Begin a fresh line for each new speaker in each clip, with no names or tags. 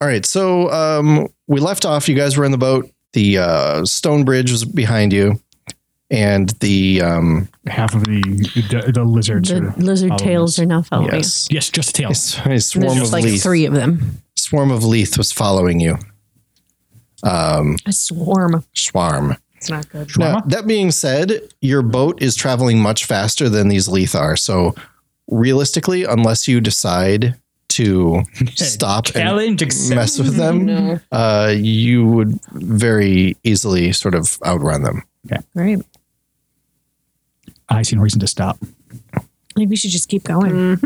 right. So um, we left off. You guys were in the boat. The uh, stone bridge was behind you, and the um,
Half of the the, the lizards.
The
are-
lizard
all of
tails
us.
are now following. us.
yes,
Yes, just the
a,
tails.
s- a
And
swarm
There's
of
just like
Leith.
three of them.
Swarm of Leith was following you. Um,
A swarm.
swarm.
It's not good.
Now,
Shawarma?
that being said, your boat is traveling much faster than these Leith are. So, realistically, unless you decide to stop and
Challenge accepted.
mess with
Um,
them, uh, you would very easily sort of outrun them.
Right.
I see no reason to stop.
Maybe we should just keep going.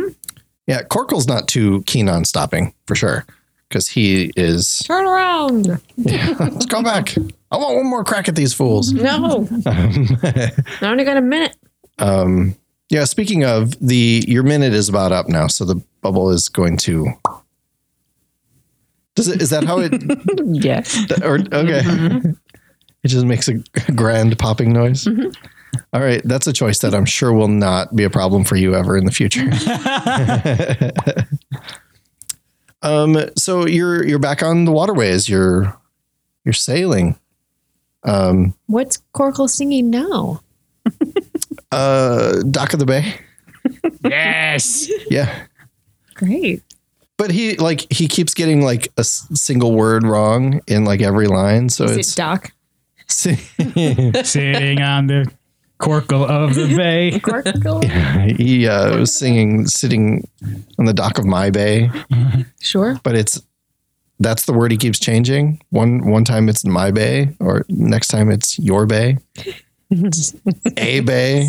Yeah, Corkle's not too keen on stopping for sure because he is.
Turn around.
Let's go back. I want one more crack at these
Mm-hmm.
fools.
No. I only got a minute.
Um, yeah, speaking of the, your minute is about up now, so the bubble is going to. Does it? Is that how it?
Yes.
or okay, it just makes a grand popping noise. All right, that's a choice that I'm sure will not be a problem for you ever in the future. um, so you're you're back on the waterways. You're you're sailing. Um,
What's Corkle singing now?
uh, dock of the bay.
yes.
Yeah.
Great.
But he like he keeps getting like a s- single word wrong in like every line, so
Is it
it's
Doc?
Sitting on the corkle of the bay.
Corkle?
he uh, was singing sitting on the dock of my bay,
Sure.
but it's that's the word he keeps changing. One one time it's my bay, or next time it's your bay, a bay,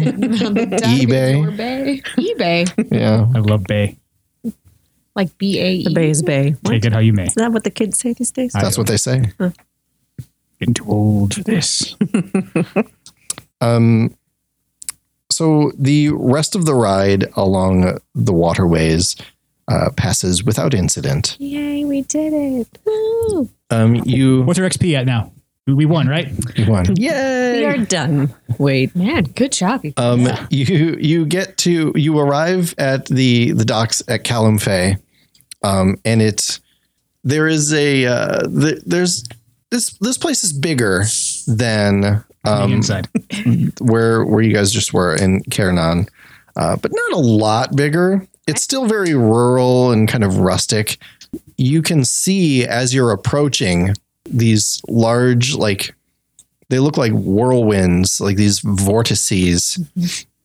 eBay.
eBay. eBay.
yeah.
I love bay.
Like B A E.
The Bay's Bay. What?
Take it how you may.
Is that what the kids say these days?
That's what they say.
Getting too old for this.
Um, so the rest of the ride along the waterways uh, passes without incident.
Yay, we did it. Woo.
Um, you,
What's our XP at now? We won, right?
you won.
We are done. Wait.
Man, good job. you guys.
Um, you you get to you arrive at the the docks at Calum Fay, um, and it's there is a uh, the, there's this this place is bigger than
On the
um,
inside.
where where you guys just were in Karanon, uh, but not a lot bigger. It's still very rural and kind of rustic. You can see as you're approaching these large, like they look like whirlwinds, like these vortices,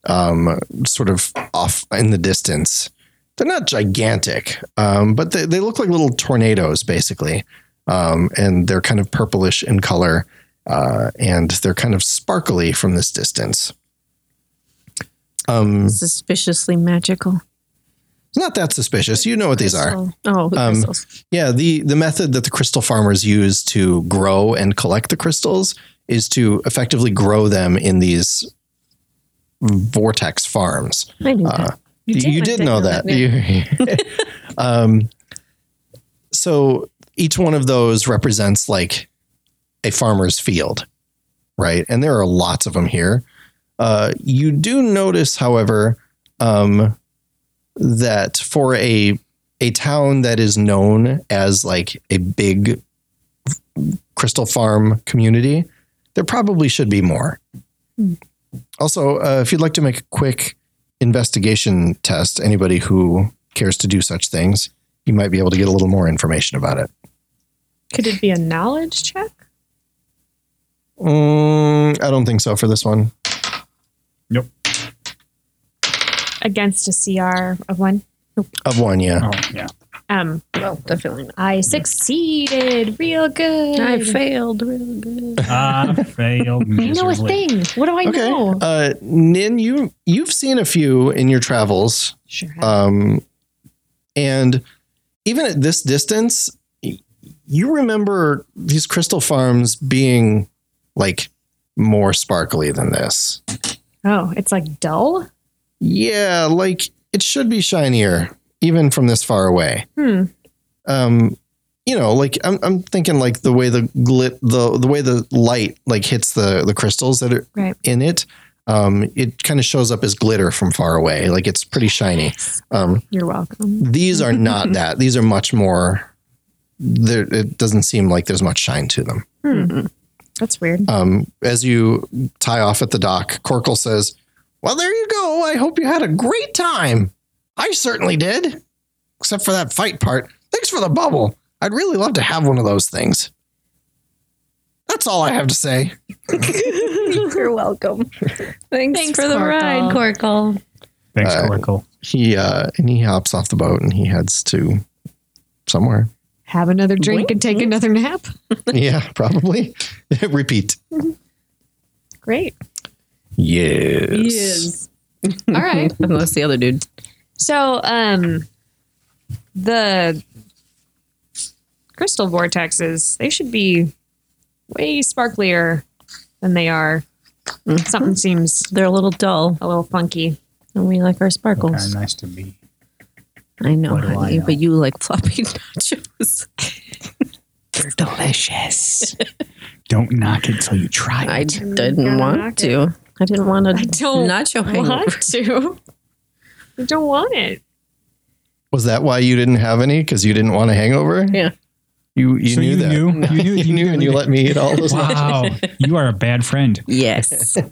um, sort of off in the distance. They're not gigantic, um, but they, they look like little tornadoes, basically. Um, and they're kind of purplish in color uh, and they're kind of sparkly from this distance. Um, it's
Suspiciously magical.
not that suspicious. You know what these are.
So- Oh,
Um,
crystals.
Yeah, the the method that the crystal farmers use to grow and collect the crystals is to effectively grow them in these vortex farms.
I knew
Uh,
that.
You did, know that. You- um, so each one of those represents like a farmer's field, right? And there are lots of them here. Uh, you do notice, however, um, that for a a town that is known as like a big crystal farm community, there probably should be more. Hmm. Also, uh, if you'd like to make a quick investigation test, anybody who cares to do such things, you might be able to get a little more information about it.
Could it be a knowledge check?
Mm, I don't think so for this one.
Against a CR of one?
Of one, yeah.
Oh, yeah.
Um,
Well, definitely
I succeeded real good.
not. I failed really good.
I Ah, failed
I know a
miserably.
thing. What do I
Okay.
know?
Uh, Nin, you you've seen a few in your travels,
Sure.
um, and even at this distance, y- you remember these crystal farms being like more sparkly than this.
oh, it's like dull?
Yeah, like it should be shinier, even from this far away.
Hmm.
um you know like i'm, I'm thinking like the way the glit the the way the light like hits the the crystals that are
Right.
in it um it kind of shows up as glitter from far away like it's pretty shiny um
You're welcome.
these are not that these are much more there it doesn't seem like there's much shine to them.
That's weird.
Um, as you tie off at the dock, Corkle says, Well, there you go. I hope you had a great time. I certainly did, except for that fight part. Thanks for the bubble. I'd really love to have one of those things. That's all I have to say.
You're welcome. Thanks,
Thanks,
for the ride, Corkle.
Thanks,
Uh,
Oracle.
He uh, and he hops off the boat and he heads to somewhere.
Have another drink and take another nap.
yeah, probably. Repeat.
Great.
Yes.
All right.
Unless the other dude.
So, um, the crystal vortexes, they should be way sparklier than they are.
Mhm.
Something seems
They're a little dull,
Hmm. a little funky.
and we like our
Kind
sparkles.
of nice to be.
I know,
What do I
honey,
know?
but you like floppy nachos. They're delicious.
Don't knock it till you try
I
it.
didn't want to. I didn't want a
I don't
nacho hangover.
want to. I don't want it.
Was that why you didn't have any? Because you didn't want a hangover?
Yeah.
You you
So
knew that.
You knew.
you knew and you let me eat all those.
Wow, you are a bad friend.
Yes.
And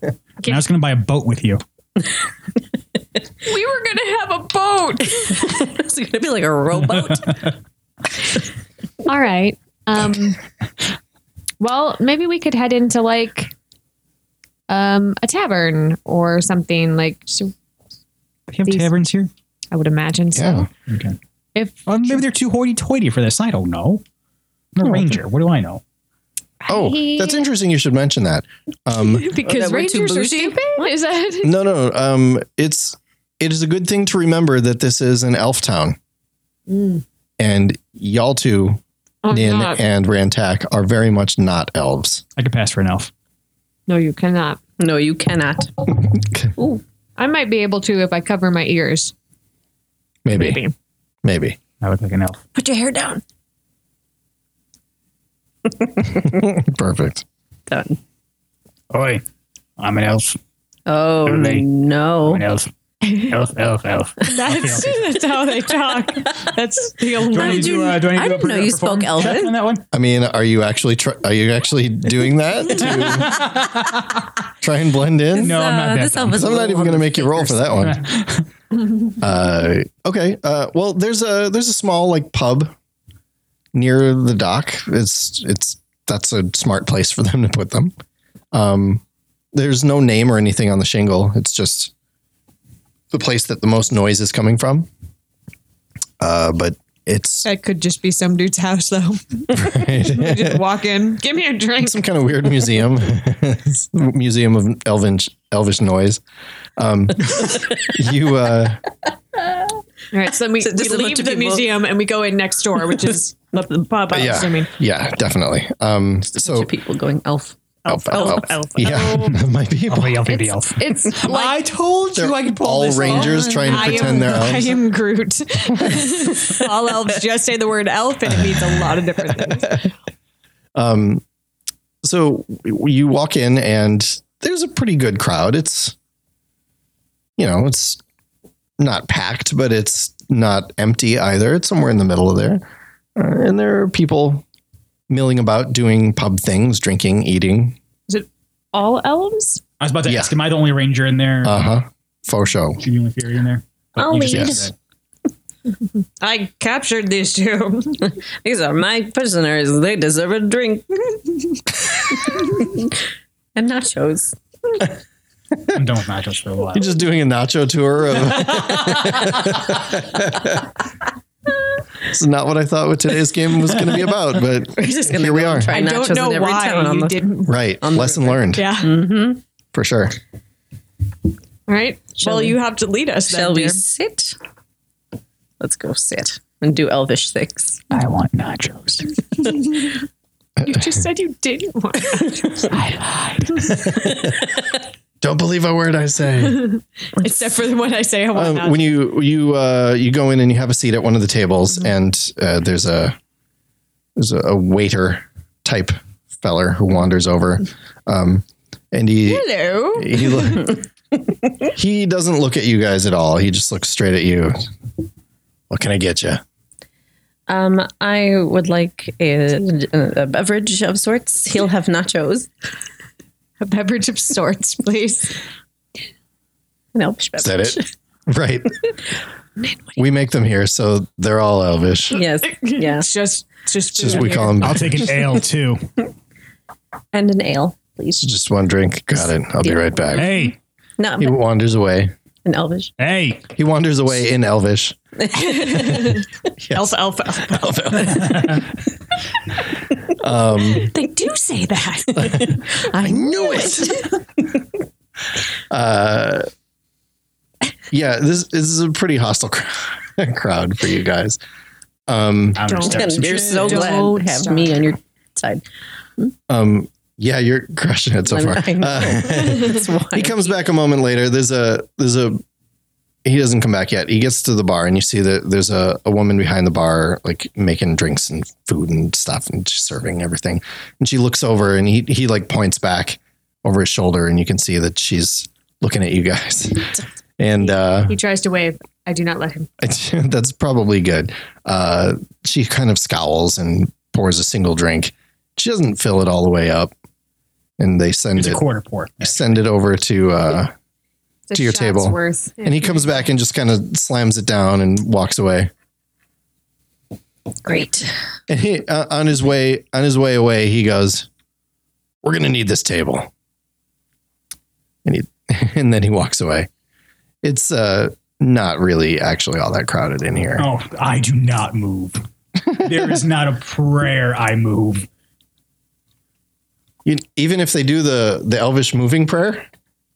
I was going to buy a boat with you.
We were going to have a boat.
it's going to be like a rowboat.
All right. Um, well, maybe we could head into like um, a tavern or something. Like so
Do you have
These-
taverns here?
I would imagine. So
Yeah.
Okay.
if
Well, maybe they're too hoity-toity for this. I don't know. I'm a
No, I
ranger. What do I know?
Oh, that's interesting. You should mention that. Um,
because
That we're too
rangers are
bougie?
stupid. Is that
no, no. Um, it's it is a good thing to remember that this is an elf town,
Mm.
and y'all two,
Oh,
Nin
God.
and Rantak, are very much not elves.
I could pass for an elf.
no? You cannot.
no, you cannot.
I might be able to if I cover my ears.
Maybe, maybe.
Maybe.
I look like an elf.
Put your hair down.
Perfect.
Done.
Oi, I'm an elf.
Oh,
Really?
no.
elf. Elf, elf, elf.
That's that's how they talk. That's the
Do I
did
need to,
you-
uh, do I need to
I
do a
didn't know
pre-
you spoke
performance
Elven.
check on that one?
I mean, are you actually tr- are you actually doing that to try and blend in?
No, I'm not that
this
dumb.
elf is
So I'm
a
not
little
even going to
on
make you
the
roll for
thicker
that
Oh,
one. uh, okay. Uh, well, there's a there's a small like pub near the dock. It's it's that's a smart place for them to put them. Um, there's no name or anything on the shingle. It's just the place that the most noise is coming from. Uh, but it's
That could just be some dude's house, though. just walk in. Give me a drink.
some kind of weird museum, It's a museum of elvish elvish noise. Um, you. Uh,
All right, so then we,
So
we
just a
leave
bunch
the
of people-
museum and we go in next door, which is the pub. I'm
Yeah.
assuming.
Yeah, definitely. Um,
thicker. Bunch
so
of people going elf.
elf, elf,
Oh, elf,
elf. yeah, that might be.
Elf, elf, elf,
It's-
elf.
It's like
told
They're all rangers trying to
I
pretend
am,
they're
I
elves.
am Groot. All elves just say the word elf, and it means a lot of different things.
Um, so w- you walk in, and there's a pretty good crowd. It's, you know, it's not packed, but it's not empty either. It's somewhere in the middle of there, uh, and there are people milling about, doing pub things, drinking, eating.
All elves?
I was about to
Yeah.
ask, am I the only ranger in there?
Uh huh. Faux show.
Is she the only fairy in there? But
I'll
you just
lead.
answered that.
I captured these two.
These are my prisoners. They deserve a drink. and nachos.
I'm done with nachos for a while.
You're just doing a nacho tour of. It's not what I thought what today's game was going to be about, but
We're just gonna
here we
go
are.
and try
I
nachos
don't know
in every
why
town on
you
the
didn't.
Right.
On the
Lesson
river.
learned
Yeah.
Mm-hmm.
for sure.
All right.
Shall
well,
we-
you have to lead us.
Shall
then,
we
dear.
sit? Let's go sit and do elvish things.
I want nachos.
You just said you didn't want.
I lied.
Don't believe a word I say.
Except for when I say I want
um,
not.
when you you uh, you go in and you have a seat at one of the tables,
Mm-hmm.
and uh, there's a there's a, a waiter type feller who wanders over, um, and he
Hello.
he lo- he doesn't look at you guys at all. He just looks straight at you. What can I get you?
Um, I would like a, a beverage of sorts. He'll have nachos.
A beverage of sorts, please.
An elvish
Is
beverage.
that it? Right. we make them here, so they're all elvish.
Yes. Yeah.
Just, just,
It's just we call them
I'll take an ale too.
And an ale, please.
just one drink. Got it. I'll be right back.
Hey,
No,
He wanders away.
an elvish.
hey,
He wanders away in elvish.
Alpha, alpha, alpha.
Um,
They do say that.
I knew it. uh, yeah, this, this is a pretty hostile cr- crowd for you guys. Um,
I'm gonna
Don't.
step some
And you're
shit.
so glad
Don't
to have
stop.
me on your side.
um, yeah, you're crushing it so
I'm-
far.
I know.
Uh,
That's why.
he comes back a moment later. There's a there's a he doesn't come back yet. He gets to the bar and you see that there's a, a woman behind the bar, like making drinks and food and stuff and just serving everything. And she looks over and he he like points back over his shoulder and you can see that she's looking at you guys. And uh
He tries to wave. I do not let him.
that's probably good. Uh, she kind of scowls and pours a single drink. She doesn't fill it all the way up, and they send
It's a
it
quarter port.
send it over to. Uh,
It's a
To your
shot's
table.
Worth.
and he comes back and just kind of slams it down and walks away.
Great.
And he, uh, on his way on his way away, he goes, "We're gonna need this table." And he and then he walks away. It's uh, not really actually all that crowded in here.
Oh, I do not move. there is not a prayer I move.
You, even if they do the the Elvish moving prayer,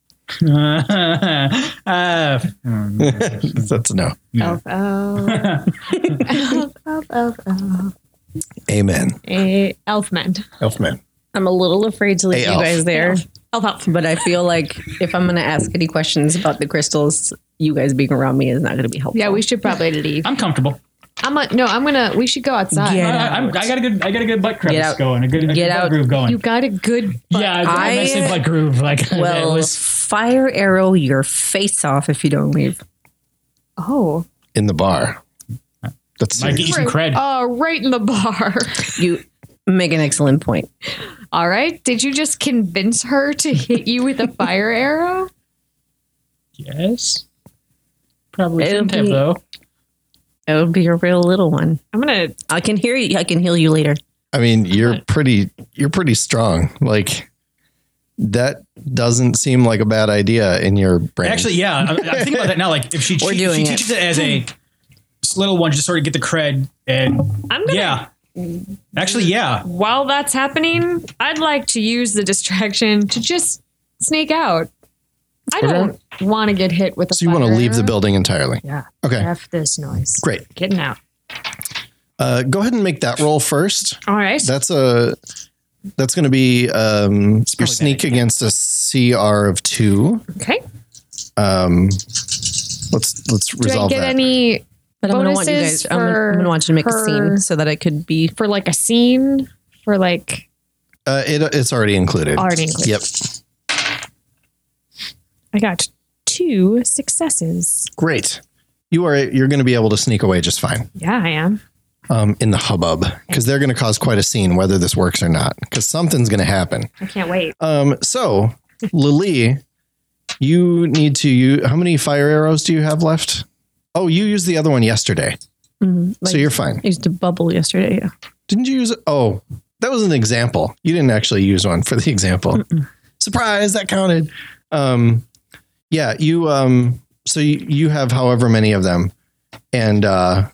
Uh,
that's a no.
yeah.
Elf, elf, elf, elf, elf, elf.
Amen.
Eh, elf men.
Elfman.
I'm a little afraid to leave
Hey,
you
elf.
guys there,
Elf, elf.
but I feel like if I'm going to ask any questions about the crystals, you guys being around me is not going to be helpful.
Yeah, we should probably leave.
I'm comfortable.
I'm a, no, I'm gonna. We should go outside.
Get
I, I- I'm- I got a good, I got a good butt crevice
out.
going, a good, a
Get
good butt
out.
groove going.
You got a good.
yeah, I, I,
I-
say butt groove. Like well,
Well,
it was
fire arrow your face off if you don't leave.
Oh,
in the bar. That's
Might get
serious.
you some cred.
Oh, right in the bar.
You make an excellent point.
All right. Did you just convince her to hit you with a fire arrow?
yes, probably
It'll
shouldn't have
be-
though.
It would be a real little one.
I'm gonna.
I can hear you. I can heal you later.
I mean, you're pretty you're pretty strong. Like that doesn't seem like a bad idea in your brain.
Actually, yeah, I'm, I'm thinking about that now. Like if she,
We're
she, she
doing it.
teaches it as a s- little one, just sort of get the cred, and
I'm gonna.
yeah, actually, yeah,
While that's happening, I'd like to use the distraction to just sneak out. I
Okay.
don't want to get hit with a.
so you want to
fire
leave the
arrow.
building entirely.
Yeah.
Okay.
F this noise.
Great.
Getting out.
Uh, go ahead and make that roll first.
All right.
That's a that's going to be um, your sneak against a CR of two.
okay.
Um, let's let's
Do I
resolve
get
that.
any
But I'm gonna want you
Bonuses
guys. I'm gonna, I'm
for
gonna want you to make
her-
a scene so that I could be.
for like a scene? For like
uh, it, it's already included.
Already included.
Yep.
I got two successes.
Great. You are you're going to be able to sneak away just fine.
Yeah, I am.
um, in the hubbub because they're going to cause quite a scene whether this works or not because something's going to happen.
I can't wait.
Um, so, Lily, you need to. You how many fire arrows do you have left? Oh, you used the other one yesterday,
mhm, like,
so you're fine.
I used to bubble yesterday. Yeah.
Didn't you use? Oh, that was an example. You didn't actually use one for the example. Surprise! That counted. Um, yeah, you. Um, so you, you have however many of them, and uh,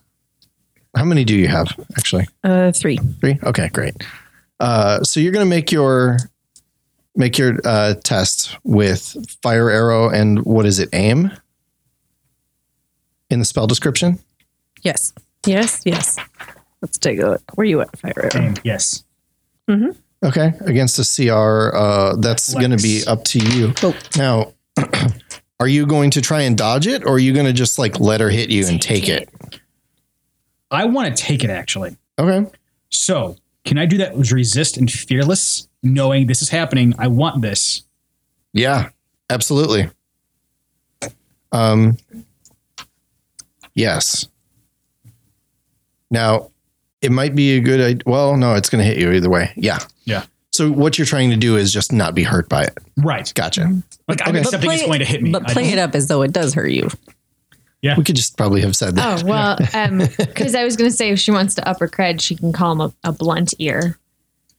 how many do you have actually?
Uh, three.
Three. Okay, great. Uh, so you're gonna make your make your uh, test with fire arrow and what is it? Aim in the spell description.
Yes. Yes. Yes. Let's take a look. Where you at, fire arrow?
Damn, yes.
Okay, against a CR, uh, that's
Flex.
gonna be up to you.
Oh.
Now, are you going to try and dodge it, or are you gonna just like let her hit you and take it?
I want to take it actually.
Okay.
So can I do that with resist and fearless, knowing this is happening? I want this.
Yeah, absolutely. Um, yes. Now, it might be a good idea. Well, no, it's going to hit you either way. Yeah.
Yeah.
So what you're trying to do is just not be hurt by it.
Right.
Gotcha.
Like I'm
Okay.
But
accepting it's going to hit me.
But
I
play
don't-
it up as though it does hurt you.
We could just probably have said that.
Oh well, because I was going to say if she wants to upper cred, she can call him a, a blunt ear,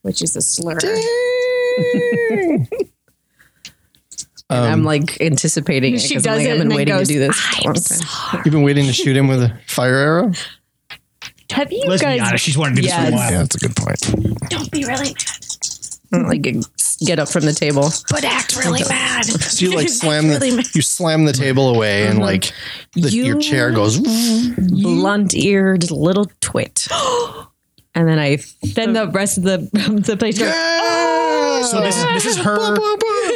which is a slur.
Oh, And
Um,
I'm like anticipating it.
She
'cause
does
I'm like,
it
I've
and
been
then
waiting
goes,
to do this. a
I'm
long time."
sorry.
You've been waiting to shoot him with a fire arrow.
Have you
Let's be
guys?
honest. She's wanted to do this for a
Yes.
while.
that's a good point.
Don't be really,
I'm Like get up from the table.
but act really bad.
So you like slam the you slam the table away and like the,
Uh-huh. You-
your chair goes.
Blunt eared little twit. and then I
then the rest of the the place goes.
Oh, So this is this is her.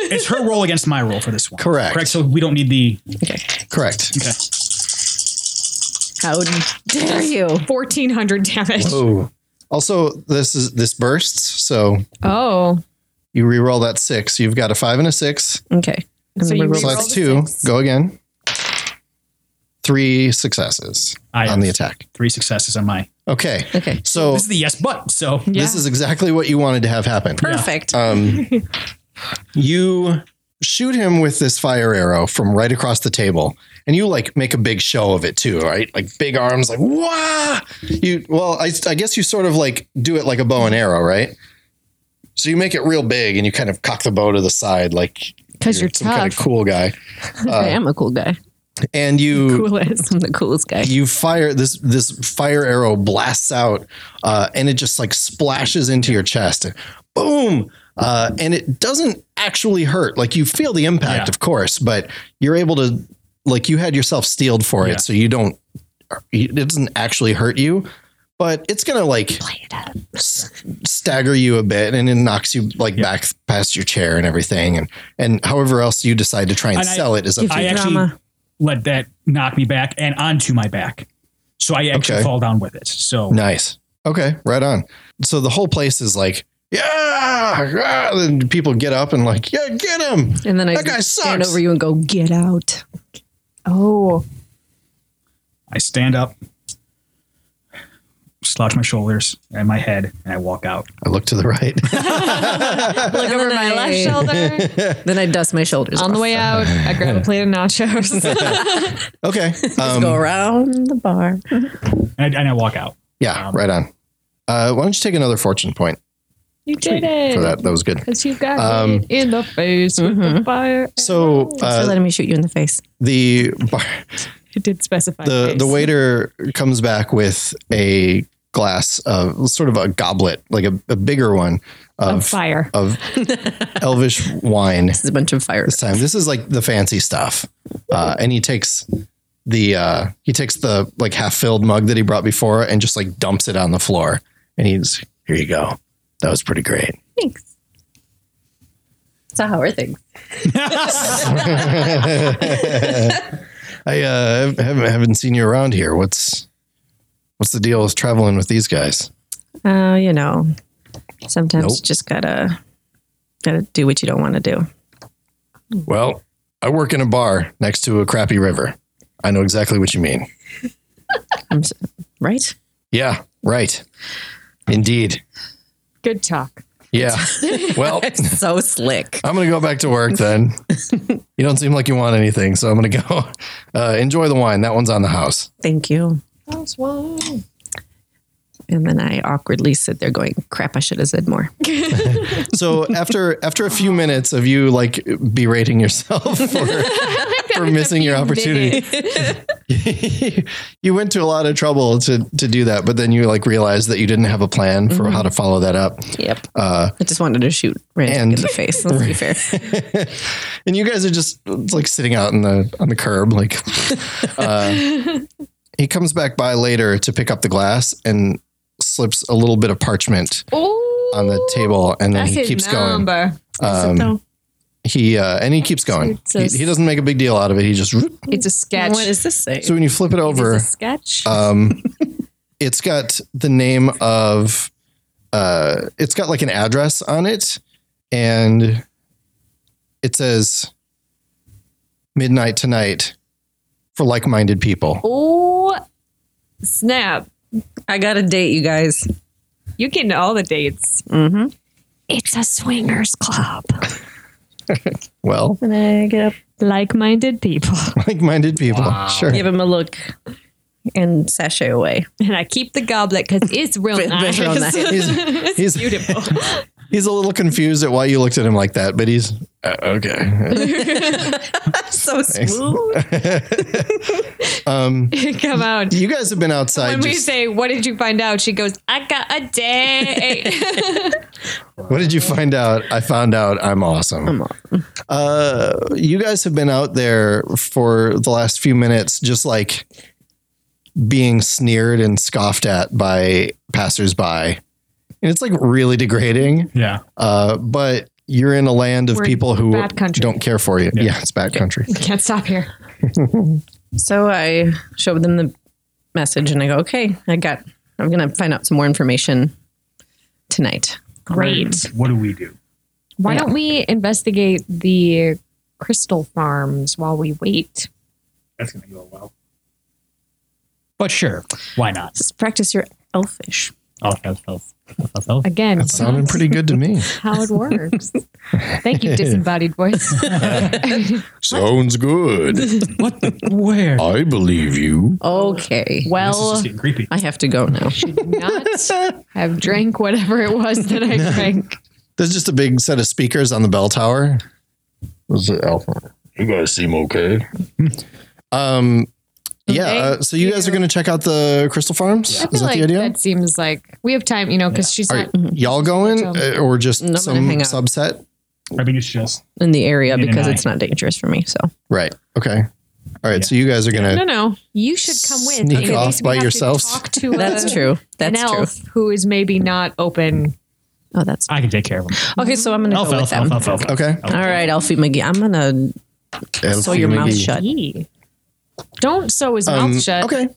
It's her roll against my roll for this one.
Correct.
Correct. So we don't need the.
correct.
Okay.
how dare you?
Fourteen hundred damage.
Oh, also this is this bursts. So
Oh,
you re-roll that six. You've got a five and a six.
Okay. And
So
then
you
we roll
So
Reroll
that's
the
two.
six.
Go again. Three successes
I
on the attack. Oh.
three successes on my.
Okay.
Okay.
So
This is the yes, but so
this is exactly what you wanted to have happen.
Perfect.
Um, you shoot him with this fire arrow from right across the table, and you like make a big show of it too, right? Like big arms, like wah. You well, I, I guess you sort of like do it like a bow and arrow, right? So you make it real big, and you kind of cock the bow to the side, like
'Cause you're
some kind of
tough.
cool guy, uh,
I am a cool guy.
and you
coolest.
I'm the coolest guy.
you fire this this fire arrow blasts out uh, and it just like splashes into your chest boom uh, and it doesn't actually hurt like you feel the impact
Yeah.
of course but you're able to like you had yourself steeled for
Yeah.
it so you don't it doesn't actually hurt you but it's gonna like s- stagger you a bit and it knocks you like
Yeah.
back past your chair and everything and and however else you decide to try and,
And I-
sell it is up to
I
you.
actually
Drama.
let that knock me back and onto my back. So I actually
Okay.
fall down with it. So
Nice. Okay, right on. So the whole place is like, yeah, yeah," and people get up and like, yeah, get him.
And then I
That guy
stand
sucks.
over you and go, get out.
Oh,
I stand up, slouch my shoulders and my head, and I walk out.
I look to the right.
look
And
over
then
my
I-
left shoulder.
Then I dust my shoulders.
On the
off.
way out, I grab a plate of nachos.
okay.
Just go
Um,
around the bar.
And I, and I walk out.
yeah, right on. Uh, why don't you take another fortune point
you did it.
for that? That was good.
Because you got
Um, mm-hmm.
hit in the face with the fire.
So
Thanks for
uh,
letting me shoot you in the face.
the bar,
It did specify
the
face.
the waiter comes back with a glass of sort of a goblet, like a, a bigger one
of
of
fire.
of elvish wine.
This is a bunch of fire.
this time. This is like the fancy stuff. Uh, and he takes the uh, he takes the like half filled mug that he brought before and just like dumps it on the floor. And he's here you go. That was pretty great.
Thanks. So how are things?
I uh, haven't haven't seen you around here. What's what's the deal with traveling with these guys?
Uh, you know, sometimes
Nope.
you just gotta gotta do what you don't want to do.
Well, I work in a bar next to a crappy river. I know exactly what you mean.
I'm s- right.
Yeah, right. Indeed.
Good talk.
Yeah. Well,
so slick.
I'm gonna go back to work then. you don't seem like you want anything, so I'm gonna go uh, enjoy the wine. That one's on the house.
Thank you.
That's one.
And then I awkwardly sit there going, "Crap! I should have said more."
So after after a few minutes of you like berating yourself for, for missing your opportunity, you went to a lot of trouble to to do that. But then you like realized that you didn't have a plan for how to follow that up.
Yep.
Uh,
I just wanted to shoot Randy in
And-
the face. Let's be fair.
and you guys are just like sitting out on the on the curb like uh, he comes back by later to pick up the glass and slips a little bit of parchment
Oh,
on the table and then
That's
he
his
keeps going
number.
Um, he uh, and he keeps going
It's
he,
a-
he doesn't make a big deal out of it he just whoop.
It's a sketch.
What does this say?
so when you flip it over
It's a sketch.
um, it's got the name of uh, it's got like an address on it and it says midnight tonight for like-minded people
oh, snap.
I got a date, you guys.
You get all the dates.
Mm-hmm.
It's a swingers club.
Well,
And I get up,
Like-minded people.
like-minded people.
Wow.
Sure.
give him a look, and sashay away.
And I keep the goblet because it's real
Bit-
nice.
bit real nice.
He's-
it's
he's-
beautiful.
He's a little confused at why you looked at him like that, but he's uh, okay.
so smooth.
um,
Come on.
you guys have been outside.
When we
just-
say, "What did you find out?" She goes, "I got a date."
What did you find out? I found out I'm awesome. Uh, you guys have been out there for the last few minutes, just like being sneered and scoffed at by passersby. And it's like really degrading.
Yeah.
Uh, but you're in a land of
We're
people who
bad country.
don't care for you. Yeah,
Yeah.
it's bad country.
Can't stop here.
So I showed them the message, and I go, "Okay, I got. I'm gonna find out some more information tonight." Um,
Great.
What do we do?
Mm. Why
Yeah.
don't we investigate the crystal farms while we wait?
That's going to go well. But sure. Oh, Why not?
Just practice your elfish.
Elf, elf, elf, elf, elf.
Again,
That sounded pretty good to me.
that's how it works. Thank you, disembodied voice.
Sounds good.
What the? Where?
I believe you.
Okay,
This is
well,
just getting creepy.
I have to go now.
not have drank whatever it was that I drank.
There's just a big set of speakers on the bell tower. Was it Alpha? You guys seem okay. um, yeah.
Okay.
uh, so you guys are
Yeah.
going to check out the crystal farms?
I
Is
feel
that
like
the idea?
that seems like we have time, you know, because she's
All
not.
right, y'all going
So-
uh, or just
I'm gonna
some
hang out.
subset?
I mean, it's just.
In the area
In an
because
eye.
it's not dangerous for me. So
Right. Okay. All right.
Yeah.
So you guys are gonna.
No, no, you should come with.
Sneak
and at
off
least we
by
have to
yourselves.
Talk to
that's
a-
true. That's
an
true.
elf who is maybe not open.
Oh, that's
I can take care of him.
okay. So I'm gonna
Elf,
go with
elf, elf,
them.
elf, elf.
Okay.
All right, Elfie McGee. I'm gonna sew
Elfie
your mouth
McGee.
shut.
Yee. Don't sew his
Um,
mouth shut.
Okay.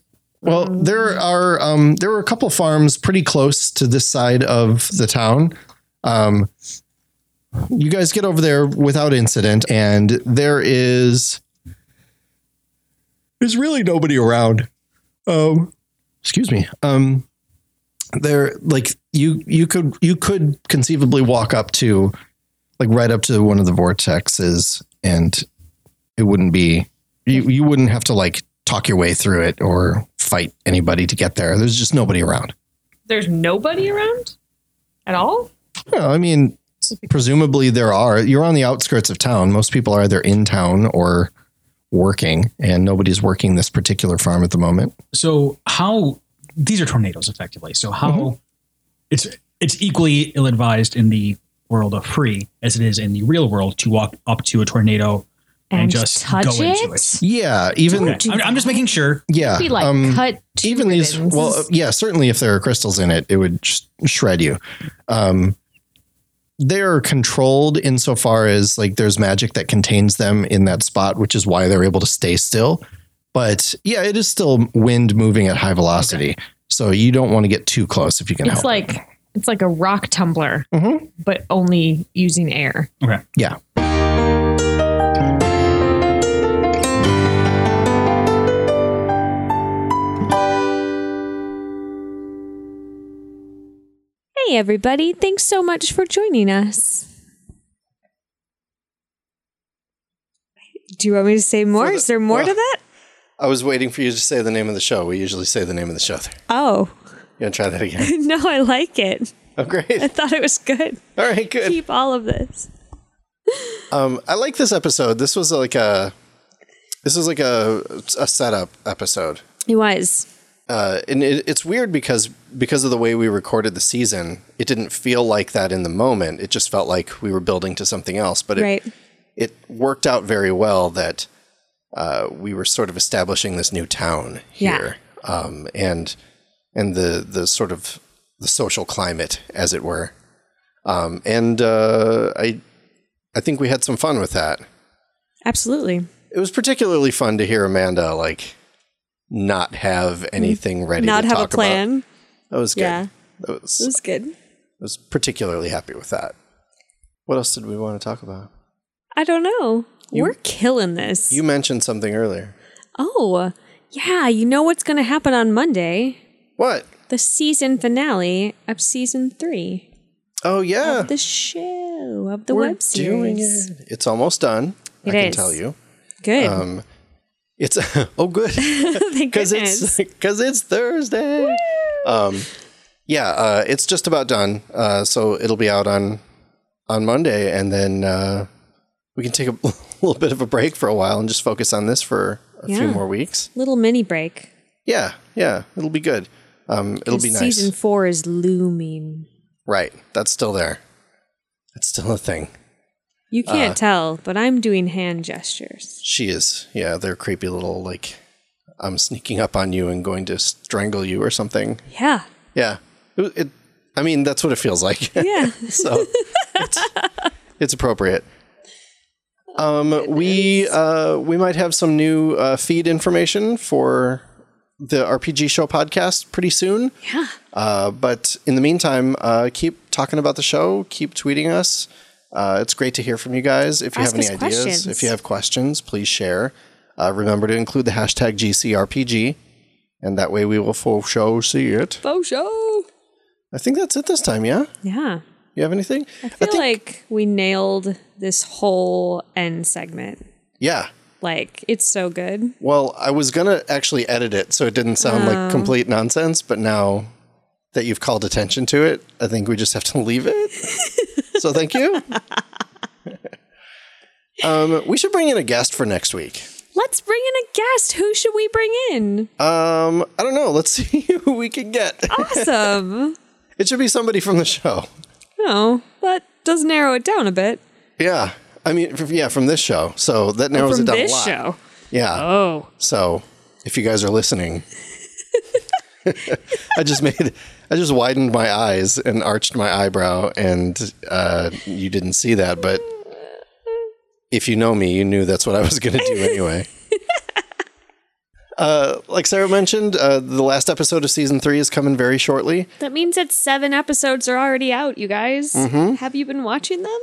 Well, there are um, there were a couple farms pretty close to this side of the town. Um, you guys get over there without incident, and there is there's really nobody around. Um, excuse me. Um, there, like you you could you could conceivably walk up to like right up to one of the vortexes, and it wouldn't be you, you wouldn't have to like talk your way through it or fight anybody to get there. There's just nobody around.
There's nobody around at all.
You know, I mean, presumably there are. You're on the outskirts of town. Most people are either in town or working, and nobody's working this particular farm at the moment.
So how these are tornadoes effectively. So how it's it's equally ill advised in the world of free as it is in the real world to walk up to a tornado and, just go into it.
Yeah, even
Okay. I'm, I'm just making sure.
yeah,
Be like
um,
cut. to
even these.
ribbons.
Well, yeah, certainly if there are crystals in it, it would sh- shred you. Um, they're controlled insofar as like there's magic that contains them in that spot, which is why they're able to stay still. But yeah, it is still wind moving at high velocity, so you don't want to get too close if you can
it's
help. it.
like it's like a rock tumbler,
Mhm.
but only using air. Hey, everybody! Thanks so much for joining us. Do you want me to say more?
the-
Is there more
well-
to that?
I was waiting for you to say the name of the show. We usually say the name of the show. There.
Oh,
You want to try that again?
no, I like it.
Oh,
I
great!
thought it was good.
All right, good.
Keep all of this.
Um, I like this episode. This was like a, this was like a a setup episode.
It was.
uh, and it, it's weird because because of the way we recorded the season, it didn't feel like that in the moment. It just felt like we were building to something else. But it,
Right.
it worked out very well that uh, we were sort of establishing this new town
Yeah.
here, um, and and the the sort of the social climate, as it were. Um, and uh, I I think we had some fun with that
Absolutely.
it was particularly fun to hear Amanda like not have anything ready.
Mm-hmm. Not
to
have a
talk About.
plan.
That was good.
Yeah.
That was,
It was good.
I was particularly happy with that. What else did we want to talk about?
I don't know. We're killing this.
You mentioned something earlier.
oh, yeah. You know what's going to happen on Monday.
What?
The season finale of season three
Oh yeah,
of the show of the
we're
web
doing
series.
it. It's almost done. I
It
can
is.
tell you.
Good.
Um, it's oh good
Thank
because
goodness.
it's because it's Thursday. Um, yeah, uh, it's just about done. Uh, so it'll be out on on Monday, and then uh, we can take a little bit of a break for a while and just focus on this for a
Yeah.
few more weeks.
little mini break.
Yeah, yeah, it'll be good. Um, it'll be
'Cause
nice.
Season four is looming.
Right, that's still there. It's still a thing.
You
Uh.
can't tell, but I'm doing hand gestures.
She is. Yeah, they're creepy little like I'm sneaking up on you and going to strangle you or something.
Yeah.
Yeah. It, it- I mean, that's what it feels like.
Yeah.
so it's, it's appropriate. Um, we uh, we might have some new uh, feed information for the RPG show podcast pretty soon.
yeah.
Uh, but in the meantime, uh, keep talking about the show. Keep tweeting us. Uh, it's great to hear from you guys. If you
Ask
have any
us
ideas,
questions.
if you have questions, please share. Uh, remember to include the hashtag GCRPG, and that way we will full show see it.
Faux show.
I think that's it this time. Yeah,
Yeah.
you have anything?
I feel like we nailed this whole end segment.
Yeah.
Like, it's so good.
Well, I was gonna actually edit it so it didn't sound
Oh.
like complete nonsense, but now that you've called attention to it, I think we just have to leave it. so thank you. um, we should bring in a guest for next week.
Let's bring in a guest. Who should we bring in?
Um, I don't know. Let's see who we can get.
Oh. Awesome.
It should be somebody from the show.
no, that does narrow it down a bit.
Yeah. I mean, f- yeah, from this show. So that narrows
Oh, From
it down a
this
lot.
show.
Yeah.
Oh.
So, if you guys are listening, I just made, I just widened my eyes and arched my eyebrow, and uh, you didn't see that, but if you know me, you knew that's what I was going to do anyway. Uh, like Sarah mentioned, uh, the last episode of season three is coming very shortly.
That means that seven episodes are already out, you guys.
Mm-hmm.
Have you been watching them?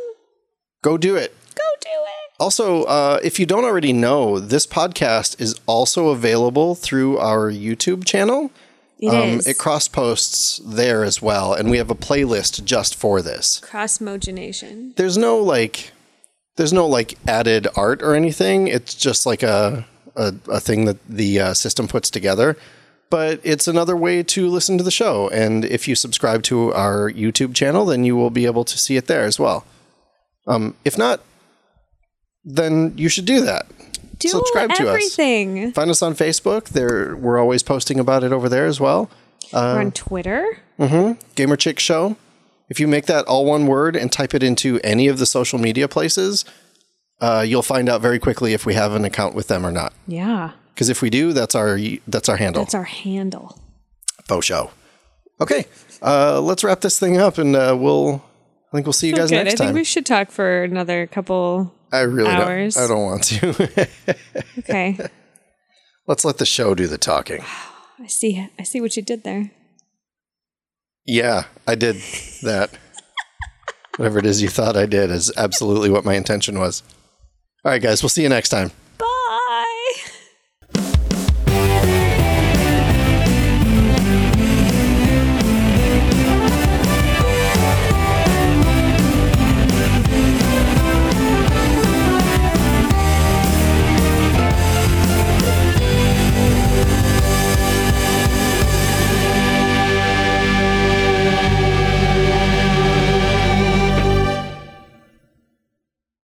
Go do it.
Go do it.
Also, uh, if you don't already know, this podcast is also available through our YouTube channel.
It is.
um, it cross posts there as well, and we have a playlist just for this.
Crossmogenation.
There's no like, there's no like added art or anything. It's just like a a, a thing that the uh, system puts together. But it's another way to listen to the show, and if you subscribe to our YouTube channel, then you will be able to see it there as well. Um, if not, then you should do that.
Do
Subscribe to us.
everything.
Find us on Facebook. There, we're always posting about it over there as well.
We're
Uh,
on Twitter.
oh. Gamer Chick Show. If you make that all one word and type it into any of the social media places, uh, you'll find out very quickly if we have an account with them or not.
Yeah.
Because if we do, that's our that's our handle.
That's our handle.
Faux show. Okay, uh, let's wrap this thing up, and uh, we'll. I think we'll see you guys
Good. I
next
think
time.
we should talk for another couple.
I really
hours.
don't. I don't want to.
Okay.
let's let the show do the talking.
I see. I see what you did there.
Yeah, I did that. Whatever it is you thought I did is absolutely what my intention was. All right, guys, we'll see you next time.